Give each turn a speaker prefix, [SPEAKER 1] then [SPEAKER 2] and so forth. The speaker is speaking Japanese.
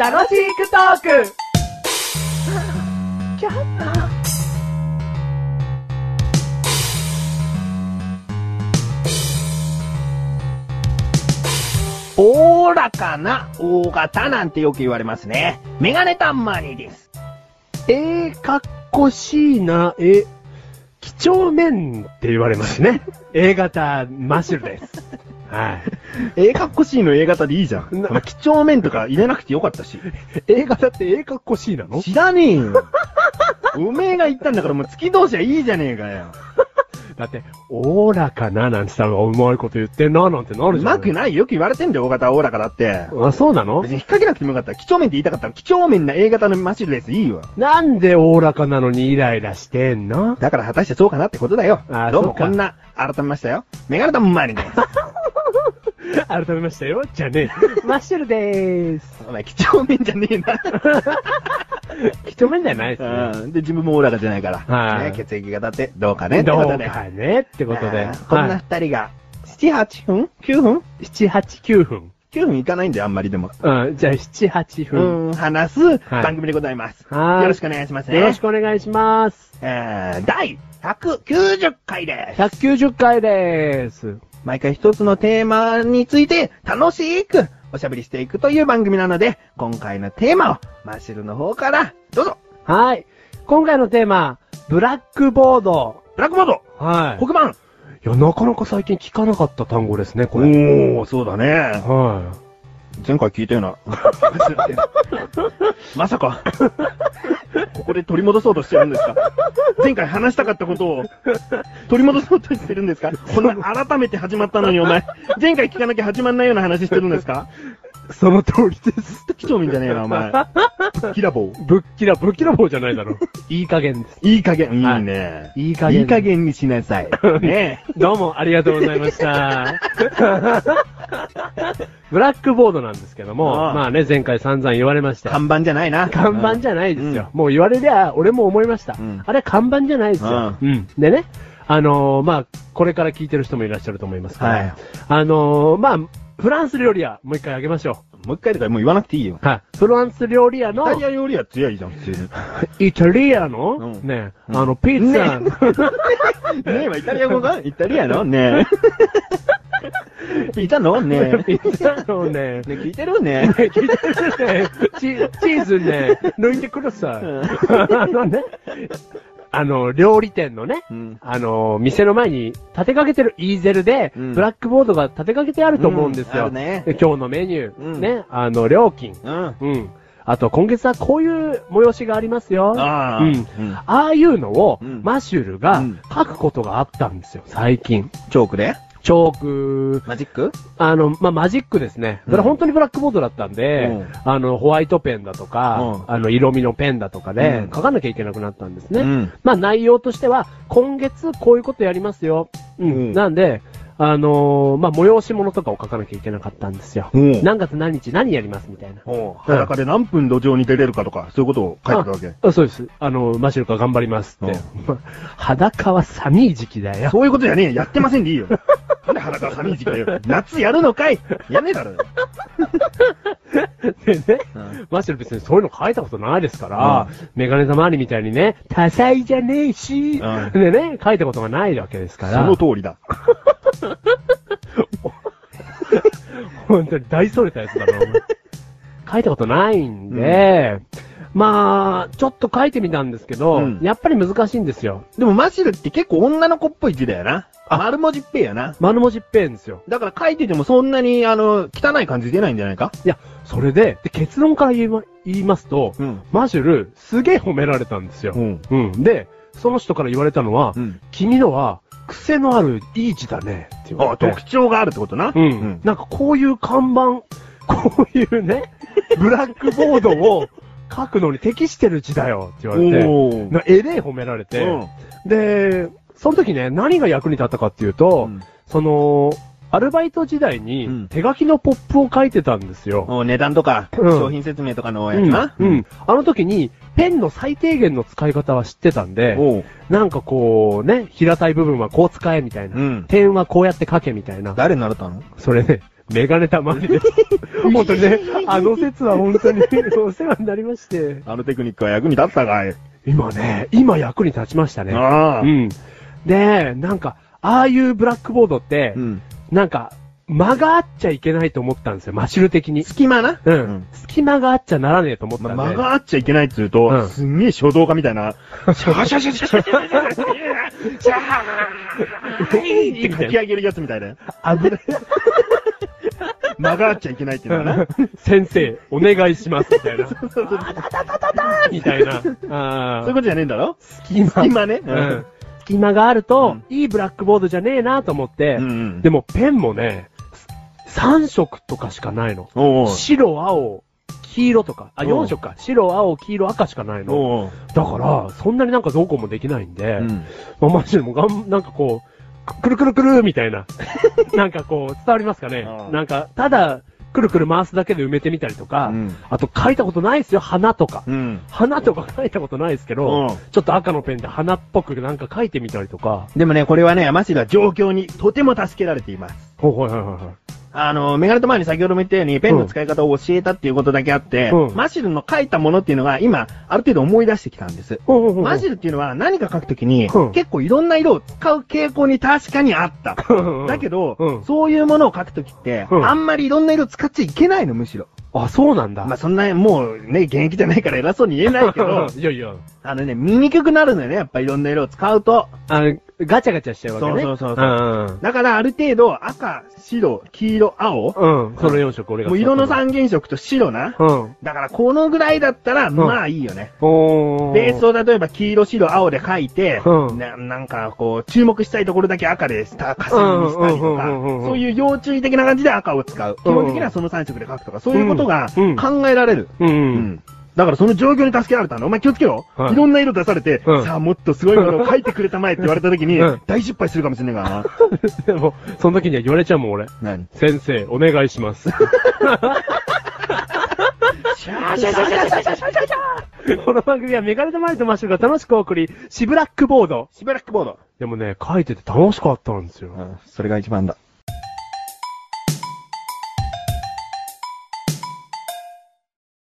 [SPEAKER 1] 楽しくトーク
[SPEAKER 2] おおらかな大型なんてよく言われますね。メガネタンマニーです。
[SPEAKER 3] えー、かっこしいな、え、几帳面って言われます ね。A 型マッシュルです。はい。
[SPEAKER 2] ええかっこしいの A 型でいいじゃん。
[SPEAKER 3] な
[SPEAKER 2] まあ、几帳面とか入れなくてよかったし。
[SPEAKER 3] A 型って A かっこしいなの
[SPEAKER 2] 知らねえよ。おめえが言ったんだからもう月同士はいいじゃねえかよ。
[SPEAKER 3] だって、おおらかななんてさ、うまいこと言ってんななんてな
[SPEAKER 2] う
[SPEAKER 3] るじゃん。
[SPEAKER 2] まくないよく言われてんだよ、大型大らかだって。
[SPEAKER 3] あ、そうなの
[SPEAKER 2] 別に引っ掛けなくてもよかった。几帳面って言いたかったら、几帳面な A 型のマシルです。いいわ。
[SPEAKER 3] なんでおおらかなのにイライラしてんの
[SPEAKER 2] だから果たしてそうかなってことだよ。
[SPEAKER 3] あー
[SPEAKER 2] どう
[SPEAKER 3] そ
[SPEAKER 2] も
[SPEAKER 3] うか
[SPEAKER 2] こんな、改めましたよ。メガネタンマ ニーです。
[SPEAKER 3] 改めましたよ。じゃねえ。 マッシュルでーす。
[SPEAKER 2] お前、几帳面じゃねえな。
[SPEAKER 3] 几帳面じゃないですね。
[SPEAKER 2] うんで、自分もおおらかじゃないから。
[SPEAKER 3] はい
[SPEAKER 2] ね、血液型って、どうかねって
[SPEAKER 3] ど
[SPEAKER 2] こ
[SPEAKER 3] う
[SPEAKER 2] とで。
[SPEAKER 3] かねって
[SPEAKER 2] と
[SPEAKER 3] ことで。
[SPEAKER 2] こんな二人が、七、八分九分
[SPEAKER 3] 7、8、9分。
[SPEAKER 2] 九分いかないんだよ、あんまりでも。
[SPEAKER 3] うん、じゃあ7、8
[SPEAKER 2] う
[SPEAKER 3] 分。
[SPEAKER 2] ん、話す
[SPEAKER 3] はい
[SPEAKER 2] 番組でございます。
[SPEAKER 3] はい
[SPEAKER 2] よろしくお願いしますね。
[SPEAKER 3] よろしくお願いします。
[SPEAKER 2] えー第190回です。
[SPEAKER 3] 190回でーす。
[SPEAKER 2] 毎回一つのテーマについて楽しくおしゃべりしていくという番組なので、今回のテーマをマシルの方から、どうぞ
[SPEAKER 3] はい。今回のテーマ、ブラックボード。
[SPEAKER 2] ブラックボード
[SPEAKER 3] は
[SPEAKER 2] 黒板
[SPEAKER 3] い。いや、なかなか最近聞かなかった単語ですね、これ。
[SPEAKER 2] おー、そうだね。
[SPEAKER 3] は
[SPEAKER 2] 前回聞いたよう な。まさか、ここで取り戻そうとしてるんですか前回話したかったことを取り戻そうとしてるんですかこんな改めて始まったのにお前、前回聞かなきゃ始まんないような話してるんですか
[SPEAKER 3] い。その通りです。
[SPEAKER 2] 貴重面じゃねえな、お前。キラボー。
[SPEAKER 3] ぶっきら、ぶっきらぼうじゃないだろ。 いい加減です。
[SPEAKER 2] いい加減。い
[SPEAKER 3] はい
[SPEAKER 2] いね。
[SPEAKER 3] いい加減。
[SPEAKER 2] いい加。減にしなさい。ねえ。
[SPEAKER 3] どうもありがとうございま した。ブラックボードなんですけども、
[SPEAKER 2] ああ
[SPEAKER 3] まあね、前回散々言われましたよ。
[SPEAKER 2] 看板じゃないな。
[SPEAKER 3] 看板じゃないですよ。もう言われりゃ、俺も思いました。
[SPEAKER 2] うん
[SPEAKER 3] あれは看板じゃないですよ。うんでね、あのーまあ、これから聞いてる人もいらっしゃると思いますから、
[SPEAKER 2] はい
[SPEAKER 3] あのーまあ、フランス料理屋、もう一回あげましょ
[SPEAKER 2] もう一回とかもう言わなくていいよ。
[SPEAKER 3] う。はい。フランス料理屋
[SPEAKER 2] イ
[SPEAKER 3] の
[SPEAKER 2] タ、リアよりは強いじゃん、普通に。ね
[SPEAKER 3] イタリアの、
[SPEAKER 2] うん
[SPEAKER 3] ね、
[SPEAKER 2] うん
[SPEAKER 3] あの、ピッツァ、
[SPEAKER 2] え、はイタリア語 がイタリアのね え。いたのねえ。ね
[SPEAKER 3] ピッツァのね、
[SPEAKER 2] え聞いてるね
[SPEAKER 3] ね聞いてるねチチー ズね、抜いてください。
[SPEAKER 2] うん
[SPEAKER 3] あのね、あの、料理店のね、
[SPEAKER 2] うん
[SPEAKER 3] あの、店の前に立てかけてるイーゼルで、
[SPEAKER 2] うん
[SPEAKER 3] ブラックボードが立てかけてあると思うんです
[SPEAKER 2] うんあ
[SPEAKER 3] よ。
[SPEAKER 2] るね
[SPEAKER 3] で今日のメニュー、
[SPEAKER 2] うん
[SPEAKER 3] ね、あの、料金、
[SPEAKER 2] うん。
[SPEAKER 3] うん。あと、今月はこういう催しがありますよ。
[SPEAKER 2] ああ。
[SPEAKER 3] うん。ああいうのを、
[SPEAKER 2] うん
[SPEAKER 3] マシュルが
[SPEAKER 2] うん
[SPEAKER 3] 書くことがあったんですよ、最近。
[SPEAKER 2] チョークで
[SPEAKER 3] チョーク、
[SPEAKER 2] マジック
[SPEAKER 3] あの、まあ、マジックですね。
[SPEAKER 2] うん
[SPEAKER 3] それ本当にブラックボードだったんで、
[SPEAKER 2] うん
[SPEAKER 3] あの、ホワイトペンだとか、
[SPEAKER 2] うん
[SPEAKER 3] あの、色味のペンだとかで
[SPEAKER 2] うん
[SPEAKER 3] 書かなきゃいけなくなったんですね。
[SPEAKER 2] うん
[SPEAKER 3] まあ、内容としては、今月こういうことやりますよ。うん。
[SPEAKER 2] うん
[SPEAKER 3] なんで、あのーまあ、催し物とかを書かなきゃいけなかったんですよ。
[SPEAKER 2] うん
[SPEAKER 3] 何月何日何やりますみたいな。
[SPEAKER 2] おう裸で何分路上に出れるかとか、そういうことを書いてたわけ。
[SPEAKER 3] あそうです。あの、マシルカ頑張り ますって。裸は寒い時期だよ。
[SPEAKER 2] そういうことじゃねえよやってませんでいいよ。なんで裸寒い時期だよ。夏やるのかいやねえだろ。
[SPEAKER 3] でね、
[SPEAKER 2] うん
[SPEAKER 3] マシュル別にそういうの書いたことないですから、メガネ玉周りみたいにね、多彩じゃねえし、
[SPEAKER 2] うん
[SPEAKER 3] でね、書いたことがないわけですか
[SPEAKER 2] そ
[SPEAKER 3] ら
[SPEAKER 2] の、通りだ。
[SPEAKER 3] 本当に大それたやつだな、お 前書いたことないんで、まあ、ちょっと書いてみたんですけど、
[SPEAKER 2] うん
[SPEAKER 3] やっぱり難しいんですよ。
[SPEAKER 2] でもマシルって結構女の子っぽい字だよな。丸文字っぺやな。
[SPEAKER 3] 丸文字っぺんですよ。
[SPEAKER 2] だから書いててもそんなに、あの、汚い感じ出ないんじゃないか
[SPEAKER 3] いや、それで、で結論から言い,、ま、言いますと、
[SPEAKER 2] ん。
[SPEAKER 3] マシュル、すげえ褒められたんですよ。
[SPEAKER 2] うん。
[SPEAKER 3] うん。で、その人から言われたのは、
[SPEAKER 2] うん。
[SPEAKER 3] 君のは、癖のあるいい字だね、って言わ
[SPEAKER 2] あ、
[SPEAKER 3] れて。
[SPEAKER 2] 特徴があるってことな。
[SPEAKER 3] うん。なんかこういう看板、 こういう ね、ブラックボードを書くのに適してる字だよって言われて、
[SPEAKER 2] おー。
[SPEAKER 3] なえれえ褒められて、
[SPEAKER 2] うん
[SPEAKER 3] で、その時ね、何が役に立ったかっていうと、
[SPEAKER 2] うん
[SPEAKER 3] その、アルバイト時代
[SPEAKER 2] う
[SPEAKER 3] に
[SPEAKER 2] ん
[SPEAKER 3] 手書きのポップを書いてたんですよ。
[SPEAKER 2] お値段とか、
[SPEAKER 3] うん
[SPEAKER 2] 商品説明とかのやつな。
[SPEAKER 3] うんうん。あの時に、ペンの最低限の使い方は知ってたんで、
[SPEAKER 2] おう
[SPEAKER 3] なんかこう、ね、平たい部分はこう使えみたいな、
[SPEAKER 2] うん
[SPEAKER 3] 点はこうやって書けみたいな、
[SPEAKER 2] 誰になれたの
[SPEAKER 3] それね、メガネたまりです。本当にね、あの説は本当にお世話になりまして。
[SPEAKER 2] あのテクニックは役に立ったかい。
[SPEAKER 3] 今ね、今役に立ちましたね。
[SPEAKER 2] ああ。
[SPEAKER 3] うん。で、なんか、ああいうブラックボードって、
[SPEAKER 2] うん。
[SPEAKER 3] なんか、間があっちゃいけないと思ったんですよ、マシュル的に。
[SPEAKER 2] 隙間な。
[SPEAKER 3] うん。
[SPEAKER 2] ん
[SPEAKER 3] 隙間があっちゃならねえと思っ
[SPEAKER 2] ま
[SPEAKER 3] たんで。
[SPEAKER 2] 間があっちゃいけないっつうと、
[SPEAKER 3] うん
[SPEAKER 2] すんげえ書道家みたいな、シャーシャーシャーシャーシャーシャーシャーシャーシャーシャーって書き上げるやつみたいな。
[SPEAKER 3] 危ない。
[SPEAKER 2] 間があっちゃいけないっていうのはな。
[SPEAKER 3] 先生、お願いします、みたいな。
[SPEAKER 2] そうそうそうそう
[SPEAKER 3] みたいな。
[SPEAKER 2] いうことじゃねえんだろ
[SPEAKER 3] 隙間
[SPEAKER 2] 今ね。
[SPEAKER 3] うん。隙間があると、
[SPEAKER 2] う
[SPEAKER 3] いいブラックボードじゃねえなと思って、
[SPEAKER 2] ん
[SPEAKER 3] で
[SPEAKER 2] も、
[SPEAKER 3] もペンもね、3色とかしかないの。
[SPEAKER 2] おうおう
[SPEAKER 3] 白、青、黄色とか。あ、
[SPEAKER 2] うん
[SPEAKER 3] 4色か。白、青、黄色、赤しかないの。
[SPEAKER 2] おうおう
[SPEAKER 3] だから、そんなになんかどうこうもできないんで、
[SPEAKER 2] うん
[SPEAKER 3] まあ、マジでもうがん、なんかこう、くくるくるくるみた いな。なんかこう、伝わりますかね
[SPEAKER 2] う。ん
[SPEAKER 3] なんか、ただ、くるくる回すだけで埋めてみたりとか、
[SPEAKER 2] うん
[SPEAKER 3] あと書いたことないですよ、花とか。
[SPEAKER 2] うん。
[SPEAKER 3] 花とか書いたことないですけど、
[SPEAKER 2] うん
[SPEAKER 3] ちょっと赤のペンで花っぽくなんか書いてみたりとか。
[SPEAKER 2] でもね、これはね、マシルは状況にとても助けられています。
[SPEAKER 3] ほいほいほいほ
[SPEAKER 2] あの、メガネと前に先ほども言ったように、ペンの使い方を教えたっていうことだけあって、
[SPEAKER 3] うん
[SPEAKER 2] マシルの書いたものっていうのが今、ある程度思い出してきたんです。
[SPEAKER 3] いほい。
[SPEAKER 2] マシルっていうのは何か書くときに、
[SPEAKER 3] うん
[SPEAKER 2] 結構いろんな色を使う傾向に確かにあった。だけ
[SPEAKER 3] ど、
[SPEAKER 2] ど、
[SPEAKER 3] うん
[SPEAKER 2] そういうものを書くときって、
[SPEAKER 3] うん
[SPEAKER 2] あんまりいろんな色使っちゃいけないの、むしろ。
[SPEAKER 3] あ、そうなんだ。、
[SPEAKER 2] まあ、そんな、もうね、現役じゃないから偉そうに言えないけど
[SPEAKER 3] いやいや。
[SPEAKER 2] あのね、見にくくなるのよね、やっぱいろんな色を使うと。
[SPEAKER 3] あの、ガチャガチャしちゃうわけね。
[SPEAKER 2] そうそうそうそ
[SPEAKER 3] うん
[SPEAKER 2] だからある程度、赤、白、黄色、青、
[SPEAKER 3] うん。うん。その4色俺が。
[SPEAKER 2] もう色の。三原色と白な。
[SPEAKER 3] うん。
[SPEAKER 2] だからこのぐらいだったら、
[SPEAKER 3] ん
[SPEAKER 2] まあいいよね。
[SPEAKER 3] おー。
[SPEAKER 2] ベースを例えば黄色、白、青で書いて、
[SPEAKER 3] うん
[SPEAKER 2] ななんかこう、注目したいところだけ赤で下、霞にしたりとか、
[SPEAKER 3] うんうんうんうんうん
[SPEAKER 2] そういう要注意的な感じで赤を使う。基本的にはその3色で書くとか、そういうことが
[SPEAKER 3] うん
[SPEAKER 2] 考えられる。
[SPEAKER 3] うん。う。
[SPEAKER 2] うんんだからその状況に助けられたの。お前気をつけろ。
[SPEAKER 3] はい
[SPEAKER 2] い、ろんな色出されて、
[SPEAKER 3] うん
[SPEAKER 2] さあもっとすごいものを書いてくれたまえって言われた時に、
[SPEAKER 3] うん
[SPEAKER 2] 大失敗するかもしれないからな。
[SPEAKER 3] でも、その時には言われちゃうもん俺。
[SPEAKER 2] 何
[SPEAKER 3] 先生、お願いします。
[SPEAKER 2] シャーシャーシャーシャーシャーシャーシャーシャー
[SPEAKER 3] この番組はメガネとマリとマッシュルが楽しくお送り、シブラックボード。
[SPEAKER 2] しばらくボード。
[SPEAKER 3] でもね、書いてて楽しかったんですよ。
[SPEAKER 2] それが一番だ。